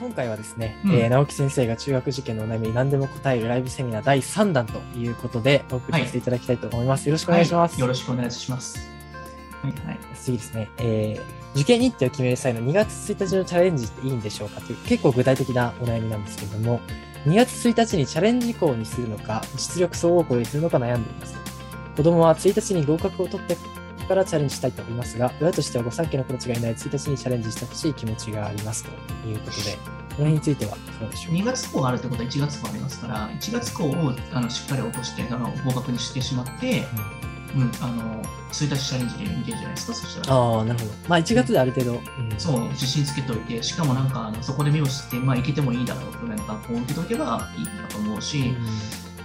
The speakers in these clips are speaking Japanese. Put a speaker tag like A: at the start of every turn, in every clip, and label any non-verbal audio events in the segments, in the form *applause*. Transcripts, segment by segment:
A: 今回はですね、
B: うん
A: えー直樹先生が中学受験のお悩み何でも答えるライブセミナー第3弾ということでお送りさせていただきたいと思います。よろしくお願いします。
B: はいよろしくお願いします。はい、はい。
A: 次ですね、えー受験日程を決める際の2月1日のチャレンジっていいんでしょうかという結構具体的なお悩みなんですけれども2月1日にチャレンジ校にするのか実力総合校にするのか悩んでいます子供は1日に合格を取ってからチャレンジしたいと思いますが親としては御三家の子たちがいない1日にチャレンジしてほしい気持ちがありますということでこの辺についてはどうでしょう
B: 2月校があるってことは1月校ありますから、1月校をあのしっかり起こして、あの合格にしてしまって、うん、あの、1日チャレンジで見てるじゃないですか、そしたら。
A: ああなるほどまあ1月である程度、うん
B: そう、自信つけておいて、しかもなんか、あのそこで目を知って、まあ、行けてもいいだろうぐらいの学校を受けとけばいいなと思う
A: う
B: し
A: ん、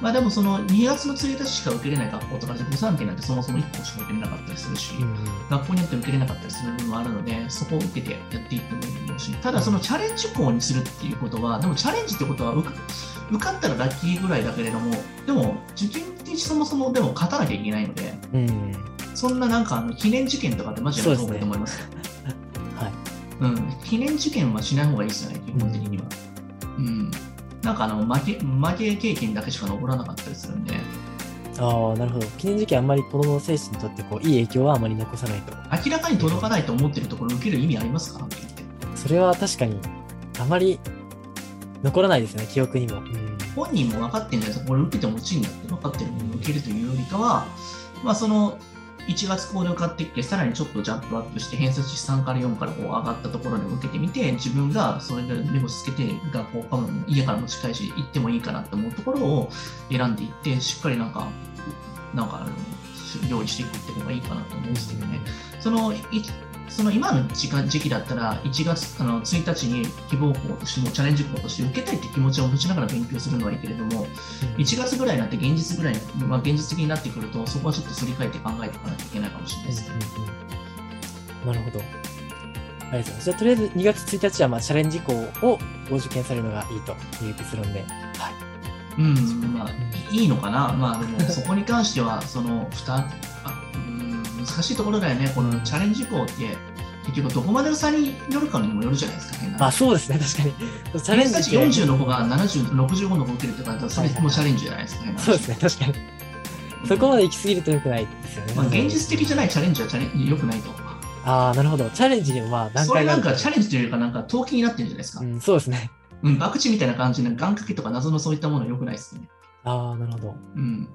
B: まあでもその2月の1日しか受けれない学校とかで、御三家なんてそもそも1校しか受けれなかったりするし、
A: うん
B: 学校によって受けれなかったりする部分もあるので、そこを受けてやっていってもいいと思うし、ただそのチャレンジ校にするっていうことは、でもチャレンジってことは受か、受かったらラッキーぐらいだけれども、でも受験ってそもそもでも勝たなきゃいけないので、
A: うん
B: そんななんかあの記念受験とかってマジでやめた方がいいと思います。
A: はい
B: うん、記念受験はしない方がいいですよね、基本的には。うん。なんかあの負け、負け経験だけしか残らなかったりするんで、
A: ああ、なるほど。記念時期あんまり子供の精神にとってこういい影響はあまり残さないと。
B: 明らかに届かないと思ってるところ受ける意味ありますかって言って。
A: それは確かにあまり残らないですね、記憶にも。うん
B: 本人も分かってるんじゃないですか、これ受けても落ちんだって分かってるのに受けるというよりかは、まあ、その1月ここで受かってきて、さらにちょっとジャンプアップして、偏差値3から4からこう上がったところで受けてみて、自分がそれで目星つけて、学校かも家からも近いし、行ってもいいかなと思うところを選んでいって、しっかりなんか、なんかあの料理していくって方がいいかなと思うんですけどね。そのいその今の時間時期だったら1月あの1日に希望校としてもチャレンジ校として受けたいって気持ちを持ちながら勉強するのはいいけれども1月ぐらいになって現実ぐらいに、まあ、現実的になってくるとそこはちょっとすり替えて考えていかなきゃいけないかもしれないですね。
A: うんうんうんなるほど。ありがとうございます。じゃあ、とりあえず2月1日はまあチャレンジ校をご受験されるのがいいという結論で。はい。
B: うんまあ、いいいのかな、まあ、でも *laughs* そこに関してはそのふたあうん難しいところだよね、このチャレンジ校って結局どこまでの差によるかにもよるじゃないですか、変な話
A: まあ、そうですね、確かに。
B: *laughs*
A: チャレン
B: 偏
A: ジ
B: 差
A: っ
B: 値
A: て
B: 40の方が70、65の方が受けるって方は、それもチャレンジじゃないですか、ね。
A: そうですね、確かに。そこまで行き過ぎると良くないですよね。
B: まあ、現実的じゃないチャレンジはチャレンジ良くないと。
A: ああ、なるほど。チャレンジにもまあ段
B: それ
A: 階が
B: な
A: あ
B: ん
A: る
B: かチャレンジというよりか、なんか投機になってるんじゃないですか
A: う。ん、そうですね。
B: うん、博打みたいな感じで、願掛けとか謎のそういったものは良くないですね。
A: ああ、なるほど。
B: うん。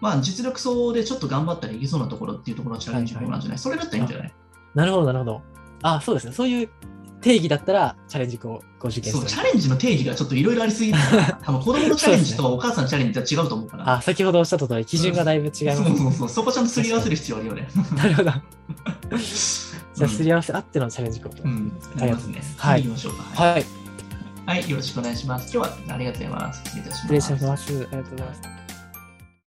B: まあ、実力層でちょっと頑張ったらいけそうなところっていうところはチャレンジの方なんじゃないそれだったらいいんじゃない
A: なるほど、なるほど。あ、そうですね。そういう定義だったら、チャレンジ校ご受験
B: そう、
A: す
B: チ
A: る。
B: ャレンジの定義がちょっといろいろありすぎ *laughs* るから、多分子供のチャレンジとお母さんのチャレンジは違うと思うから。
A: あ、先ほどおっしゃった通り、基準がだいぶ違い
B: そ
A: ま
B: う
A: す。
B: そうそう、そこちゃんとすり合わせる必要あるよね。
A: なるほど。じゃ
B: う
A: あ、す
B: ん
A: り合わせあってのチャレンジ校と。
B: うん、ありますね。
A: はい
B: 次行きましょうか。はい
A: はい、
B: はい、よろしくお願いします。今日はありがとうございます。失礼いたし
A: 失
B: ます。
A: 礼します。ありがとうございます。